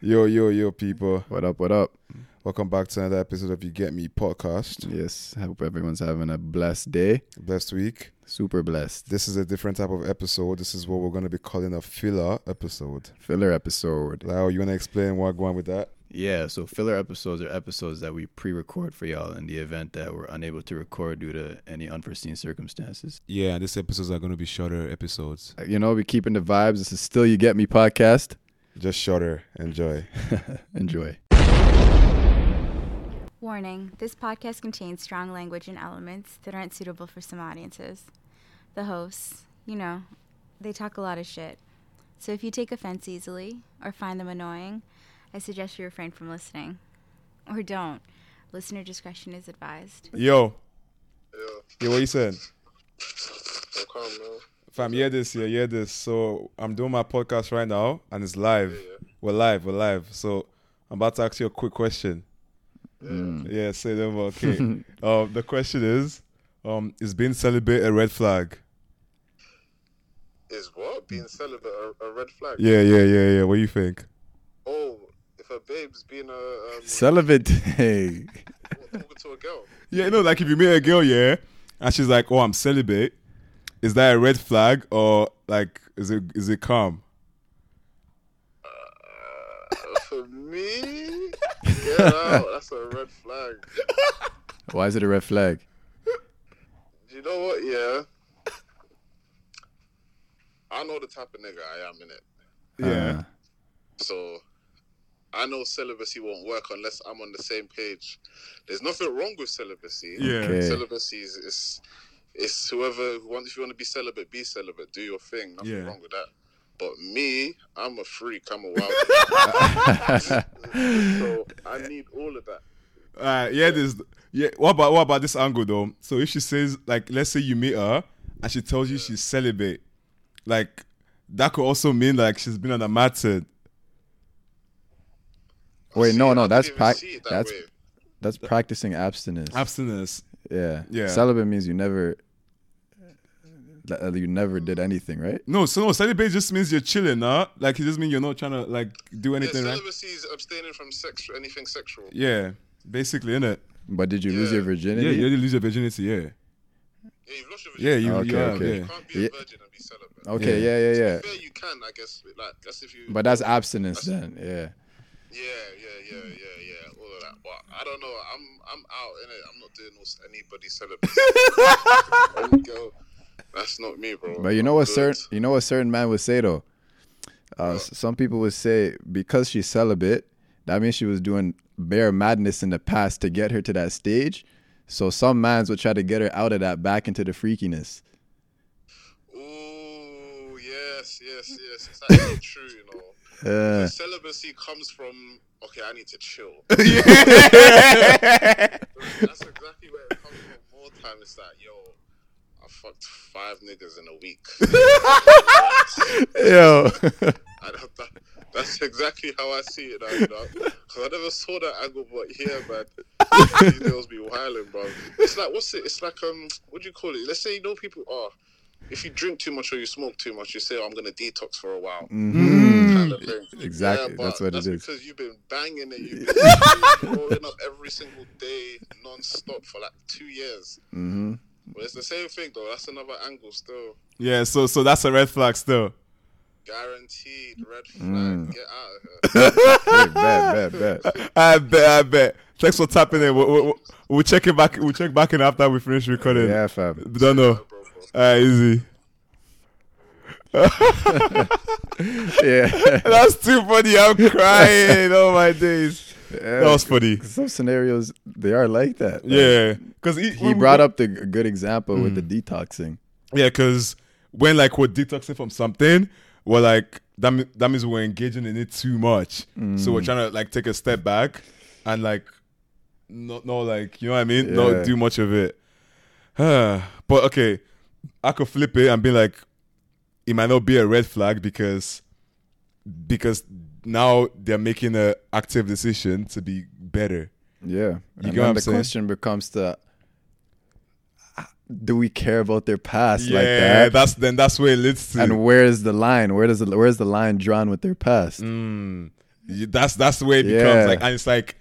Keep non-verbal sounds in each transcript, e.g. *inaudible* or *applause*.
Yo, yo, yo, people. What up? What up? Welcome back to another episode of You Get Me podcast. Yes, hope everyone's having a blessed day. Blessed week. Super blessed. This is a different type of episode. This is what we're going to be calling a filler episode. Filler episode. Lyle, you want to explain what going with that? Yeah, so filler episodes are episodes that we pre-record for y'all in the event that we're unable to record due to any unforeseen circumstances. Yeah, these episodes are going to be shorter episodes. Uh, You know, we're keeping the vibes. This is still You Get Me podcast. Just shudder. Enjoy. Enjoy. Warning this podcast contains strong language and elements that aren't suitable for some audiences. The hosts, you know, they talk a lot of shit. So if you take offense easily or find them annoying, I suggest you refrain from listening. Or don't. Listener discretion is advised. Yo, Yeah, yo, what you saying? don't come, man. Fam, hear this, yeah, hear this. So I'm doing my podcast right now and it's live. We're live, we're live. So I'm about to ask you a quick question. Yeah, say them okay. um, the question is, um, is being celibate a red flag? Is what being celibate a, a red flag? Yeah, yeah, yeah, yeah. What do you think? Oh, if a babe's been a um, Celibate. Hey. talking to a girl, Yeah, no, like if you meet a girl, yeah, and she's like, "Oh, I'm celibate," is that a red flag or like is it is it calm? uh, for me, get out. That's a red flag. *laughs* Why is it a red flag? You know what? Yeah, I know the type of nigga I am in it. Uh, Yeah, So I know celibacy won't work unless I'm on the same page. There's nothing wrong with celibacy. yeah. Okay. Celibacy is, is it's whoever who wants if you want to be celibate, be celibate, do your thing. Nothing Yeah. wrong with that. But me, I'm a freak, I'm a wild *laughs* so I need all of that. Uh, yeah, this. Yeah, what about what about this angle though? So if she says like, let's say you meet her and she tells you she's celibate, like that could also mean like she's been on a matted. Wait, See, no, no, I that's didn't even prac- see it that *laughs* that's way. that's practicing abstinence. Abstinence. yeah. Yeah. Celibate means you never that uh, you never did anything, right? No, so no, celibate just means you're chilling, huh? Like it just means you're not trying to like do Yeah, anything, right? celibacy is abstaining from sex anything sexual. Yeah, basically, innit? But did you lose Yeah. your virginity? Yeah, you already lose your virginity, yeah. Yeah, you've lost your Yeah, virginity. you, Okay, you have, okay. yeah. You can't be a uh, Yeah. virgin and be celibate. Okay, yeah, yeah, yeah. To be fair, you can, I guess. Like that's if you. But that's abstinence then. Yeah. Yeah, yeah, yeah, yeah, yeah, all of that. But I don't know. I'm I'm out in it. I'm not doing all, anybody celebrating. Any girl, that's not me, bro. But you know what Good. certain you know what certain man would say though. Uh, s- some people would say because she's celibate, that means she was doing bare madness in the past to get her to that stage. So some mans would try to get her out of that back into the freakiness. Ooh, yes, yes, yes. It's actually true, you know. Yeah. Celibacy comes from okay. I need to chill. *laughs* that's exactly where it comes from. More time, it's like yo. I fucked five niggas in a week. Yo. *laughs* I don't, that, that's exactly how I see it. Now, you know? 'Cause I never saw that angle, but here, man, these girls be wilding, bro. It's like what's it? It's like um, what do you call it? Let's say you know people are. If you drink too much or you smoke too much, you say, oh, "I'm gonna detox for a while." Kind of thing. Mm-hmm. E-, Exactly, but that's what it is. Because you've been banging it, *laughs* you've been rolling up every single day, non-stop for like two years. Mm-hmm. But it's the same thing, though. That's another angle, still. Yeah, so so that's a red flag still. Guaranteed red flag. Mm. Get out of here. *laughs* Hey, bet, bet, *laughs* bet. I bet, I bet. Thanks for tapping in. We'll, we'll, we'll check it back. We'll check back in after we finish recording. Yeah, fam. Don't know. Alright, easy. Yeah. *laughs* That's too funny. I'm crying. oh my days. That was funny. Some scenarios they are like that. Like, Yeah, because He brought up the g- good example with the Mm. detoxing. Yeah, because when like we're detoxing from something, we're like that. me- That means we're engaging in it too much. So we're trying to like take a step back and like, not no like you know what I mean. Yeah. Not do much of it. *sighs* but okay, I could flip it and be like, it might not be a red flag because because now they're making a active decision to be better. Yeah. get and what then I'm the saying? question becomes the ah, do we care about their past Yeah, like that? that's then that's where it leads to. Mm. and where is the line? Where does the, where is the line drawn with their past? You- that's that's the way it Yeah. becomes like, and it's like,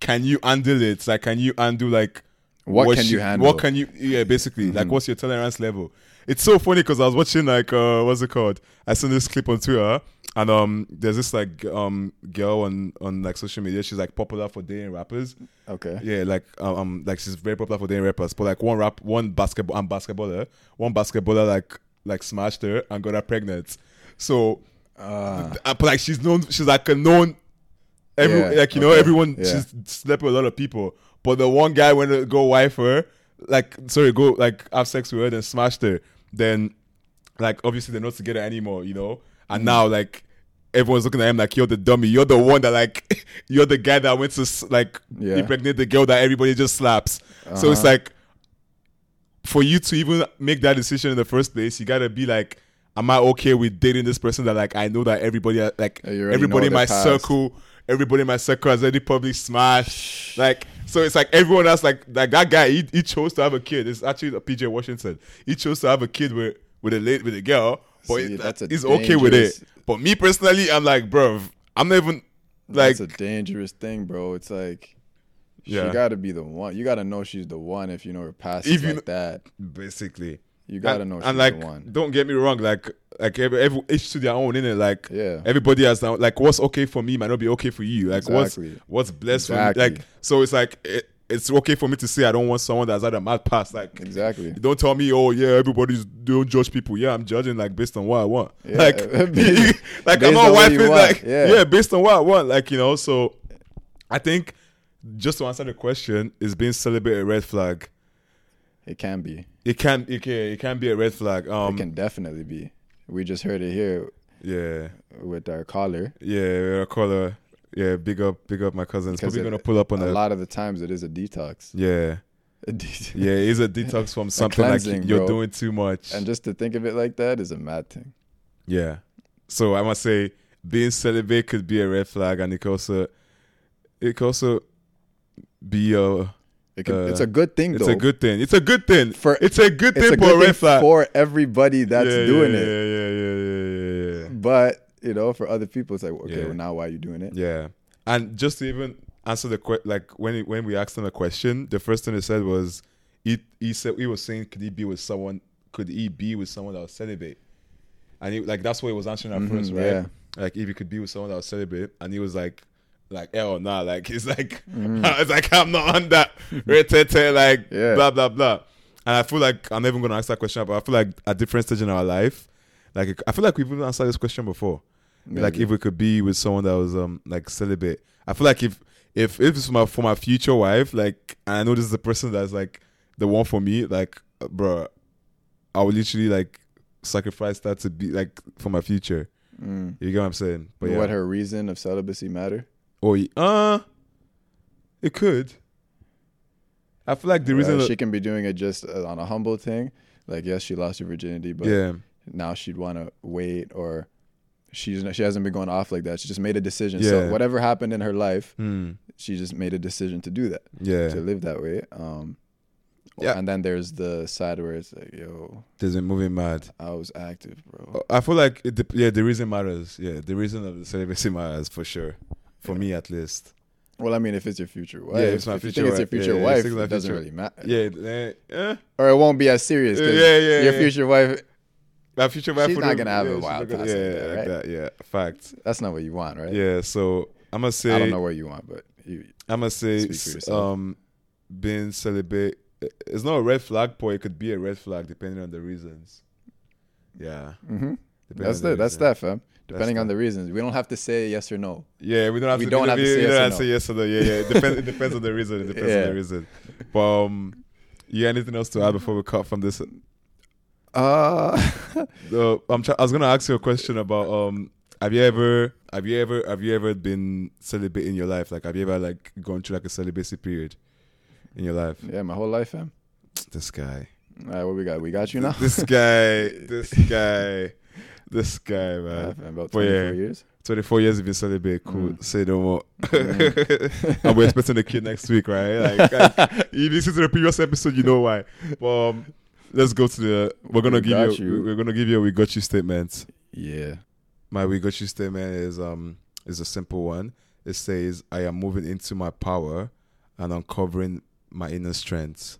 can you handle it? It's like, can you undo like What can you handle? Mm-hmm. What can you? Yeah, basically, like, what's your tolerance level? It's so funny because I was watching like, uh, what's it called? I seen this clip on Twitter, and um, there's this like g- um girl on on like social media. She's like popular for dating rappers. Okay. Yeah, like um, um, like she's very popular for dating rappers, but like one rap, one basketball, and basketballer, one basketballer like like smashed her and got her pregnant. So, Ah. uh, but like she's known, she's like a known, every Yeah, like you know okay, everyone. yeah. She's slept with a lot of people, but the one guy went to go wife her, like sorry, go like have sex with her, then smashed her. Then, like obviously they're not together anymore, you know. And now like. Everyone's looking at him like you're the dummy. You're the one that like *laughs* you're the guy that went to s- like Yeah. impregnate the girl that everybody just slaps. So it's like for you to even make that decision in the first place, you gotta be like, am I okay with dating this person that like I know that everybody uh, like Yeah, you already everybody know in their my past. circle, everybody in my circle has already probably smashed. Like so, it's like everyone else like like that guy. He, he chose to have a kid. It's actually PJ Washington. He chose to have a kid with with a late with a girl, but See, it- that's a he's okay with it. dangerous- But me personally, I'm like, bro, I'm not even like That's a dangerous thing, bro. It's like Yeah. she got to be the one. You got to know she's the one if you know her past If is you like that. basically. You got to know she's and like, the one. don't get me wrong, like, like every, every each to their own, innit? Like, Yeah. everybody has their, like what's okay for me might not be okay for you. Like, Exactly. what's what's blessed for me, Exactly. like, so it's like it, it's okay for me to say I don't want someone that's had a mad past. Like, Exactly. don't tell me, oh yeah, everybody's don't judge people. Yeah, I'm judging like based on what I want. Yeah. Like, *laughs* like I'm *laughs* Based not on what you wiping want. like Yeah. yeah, based on what I want. Like you know, so I think just to answer the question, is being celebrated a red flag? It can be. It can it can it can be a red flag. Um, It can definitely be. We just heard it here yeah. with our caller. Yeah, I call her. Yeah, big up, big up my cousins. Because Probably it- gonna pull up on A that. lot of the times it is a detox. Yeah, *laughs* A det- yeah, it's a detox *laughs* from something like cleansing, you're bro. doing too much. And just to think of it like that is a mad thing. yeah, so I must say, being celibate could be a red flag, and it could also, it could also be a. It can, Uh, it's a good thing It's though. a good thing. It's a good thing. For- it's a good It's thing a for a good red thing flag. for everybody that's Yeah, doing yeah, it. Yeah, yeah, yeah, yeah, yeah. But you know, for other people, it's like, okay, Yeah. well, now why are you doing it? Yeah, and just to even answer the question, like when when we asked him a question, the first thing he said was he he said he was saying could he be with someone could he be with someone that was celibate, and he, like that's what he was answering at first, right? Mm-hmm, yeah. Like if he could be with someone that was celibate, and he was like. Like hell nah, like he's like *laughs* it's like I'm not on that retete like Mm. *laughs* Yeah. blah blah blah, and I feel like I'm never gonna ask that question, but I feel like at different stage in our life, like I feel like we've even answered this question before, like if we could be with someone that was um like celibate i feel like if if if it's my for my future wife like and i know this is the person that's like the one for me like uh, bro i would literally like sacrifice that to be like for my future you get what i'm saying but yeah Mm. What her reason of celibacy matter? oh ye- uh it could i feel like the reason Uh, she can be doing it just uh, on a humble thing. Like, yes, she lost her virginity, but yeah now she'd want to wait, or she's not- she hasn't been going off like that. She just made a decision. Yeah. So whatever happened in her life, Hmm. she just made a decision to do that, yeah to live that way. Um, Yeah. And then there's the side where it's like, yo, doesn't moving mad I was active, bro. I feel like it, dep- yeah, the reason matters. Yeah, the reason of the celibacy matters for sure, for me at least. Well, I mean, if it's your future wife, it's my if you future think it's your wife. Yeah, future yeah, wife, it's my it doesn't future- really matter. Yeah, eh, eh, Or it won't be as serious. 'cause Yeah, yeah, Your yeah. future wife, my future wife. She's would not have- gonna have a she's wild not past like Yeah, that, like right? that. Yeah, fact. that's not what you want, right? Yeah, so I'm gonna say, I I don't know what you want, but you, am gonna say, Speak for yourself. um, being celibate, i- it's not a red flag, but it could be a red flag depending on the reasons. Yeah, hmm depending that's on the, that's reason. that, fam. Depending on that. the reasons, we don't have to say yes or no. Yeah, we don't have We to. don't have to say we yes don't or have no. to say yes or no. Yeah, yeah. It depends. it depends on the reason. *laughs* It depends on Yeah. the reason. But um, yeah, anything else to add before we cut from this? Uh, Uh, I'm. Try- I was gonna ask you a question about um. Have you ever? Have you ever? Have you ever been celibate in your life? Like, have you ever like gone through like a celibacy period in your life? *laughs* yeah, my whole life, fam. This guy. All right, what we got? We got *laughs* you now. This guy. this guy. This guy, Yeah, man. fam, about But twenty four yeah. years. 24 years you've been celibate. Cool. mm. Say no more. *laughs* and we're expecting a kid next week, right? Like, like *laughs* if you listen to the previous episode, you know why. But um, let's go to the. We're gonna We give got you, you. We're gonna give you a we got you statement. Yeah, My we got you statement is um is a simple one. It says, I am moving into my power and uncovering my inner strength.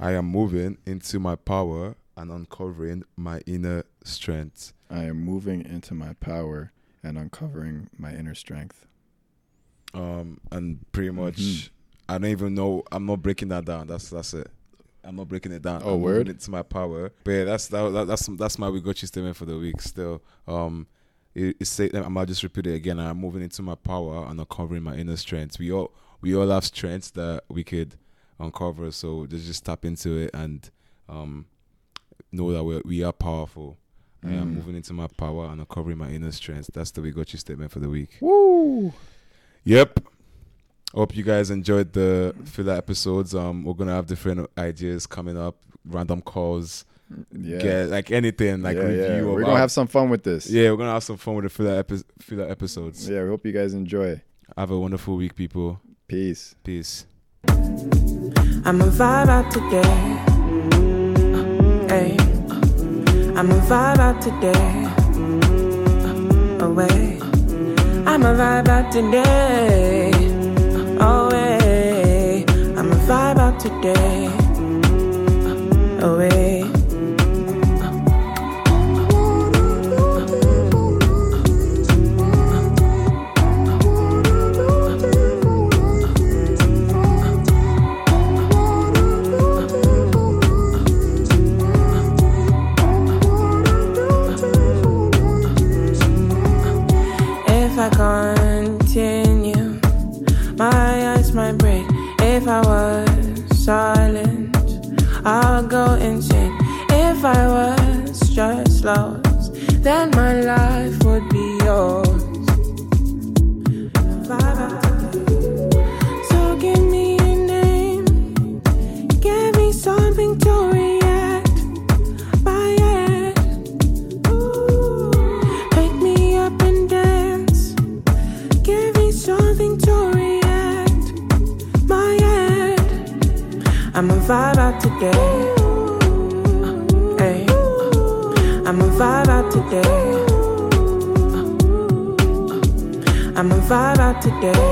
I am moving into my power and uncovering my inner strength. I am moving into my power and uncovering my inner strength. Um, and pretty much, I don't even know. I'm not breaking that down. That's that's it. I'm not breaking it down. Oh, I'm moving word? it to my power. But yeah, that's that, that, that's that's my Wigochi statement for the week. Still, um, it, it say I might just repeat it again. I'm moving into my power and uncovering my inner strength. We all we all have strengths that we could uncover. So just just tap into it and um, know that we we are powerful. I Mm. am moving into my power and uncovering my inner strength. That's the Wigochi statement for the week. Woo! Yep. Hope you guys enjoyed the filler episodes. Um, we're gonna have different ideas coming up, random calls, Yeah. get like anything, like yeah, review. yeah. We're about- gonna have some fun with this. yeah, we're gonna have some fun with the filler, epi- filler episodes. Yeah. We hope you guys enjoy. Have a wonderful week, people. Peace. Peace. I'ma vibe out today. Hey, I'ma vibe out today. Uh, Away, I'ma vibe out today. Oh, Away, I'ma vibe out today. Oh, Away. If I continue, my eyes might break. If I was silent, I would go insane. If I was just lost, then my life would be yours. Vibe out today. So give me your name. Give me something to react by. It. Pick me up and dance. Give me something to react. My head. I'ma vibe out today. Uh, Hey. uh, I'ma vibe out today. Uh, I'ma vibe out today.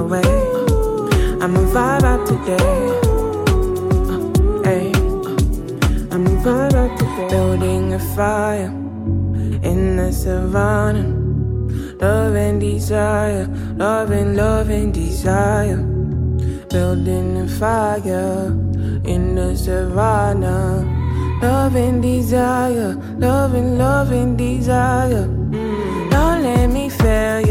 Away. I'ma vibe out today. Hey. I'm a part of the building a fire in the savannah. Love and desire, love and love and desire. Building a fire in the savannah. Love and desire, love and love and desire. Don't let me fail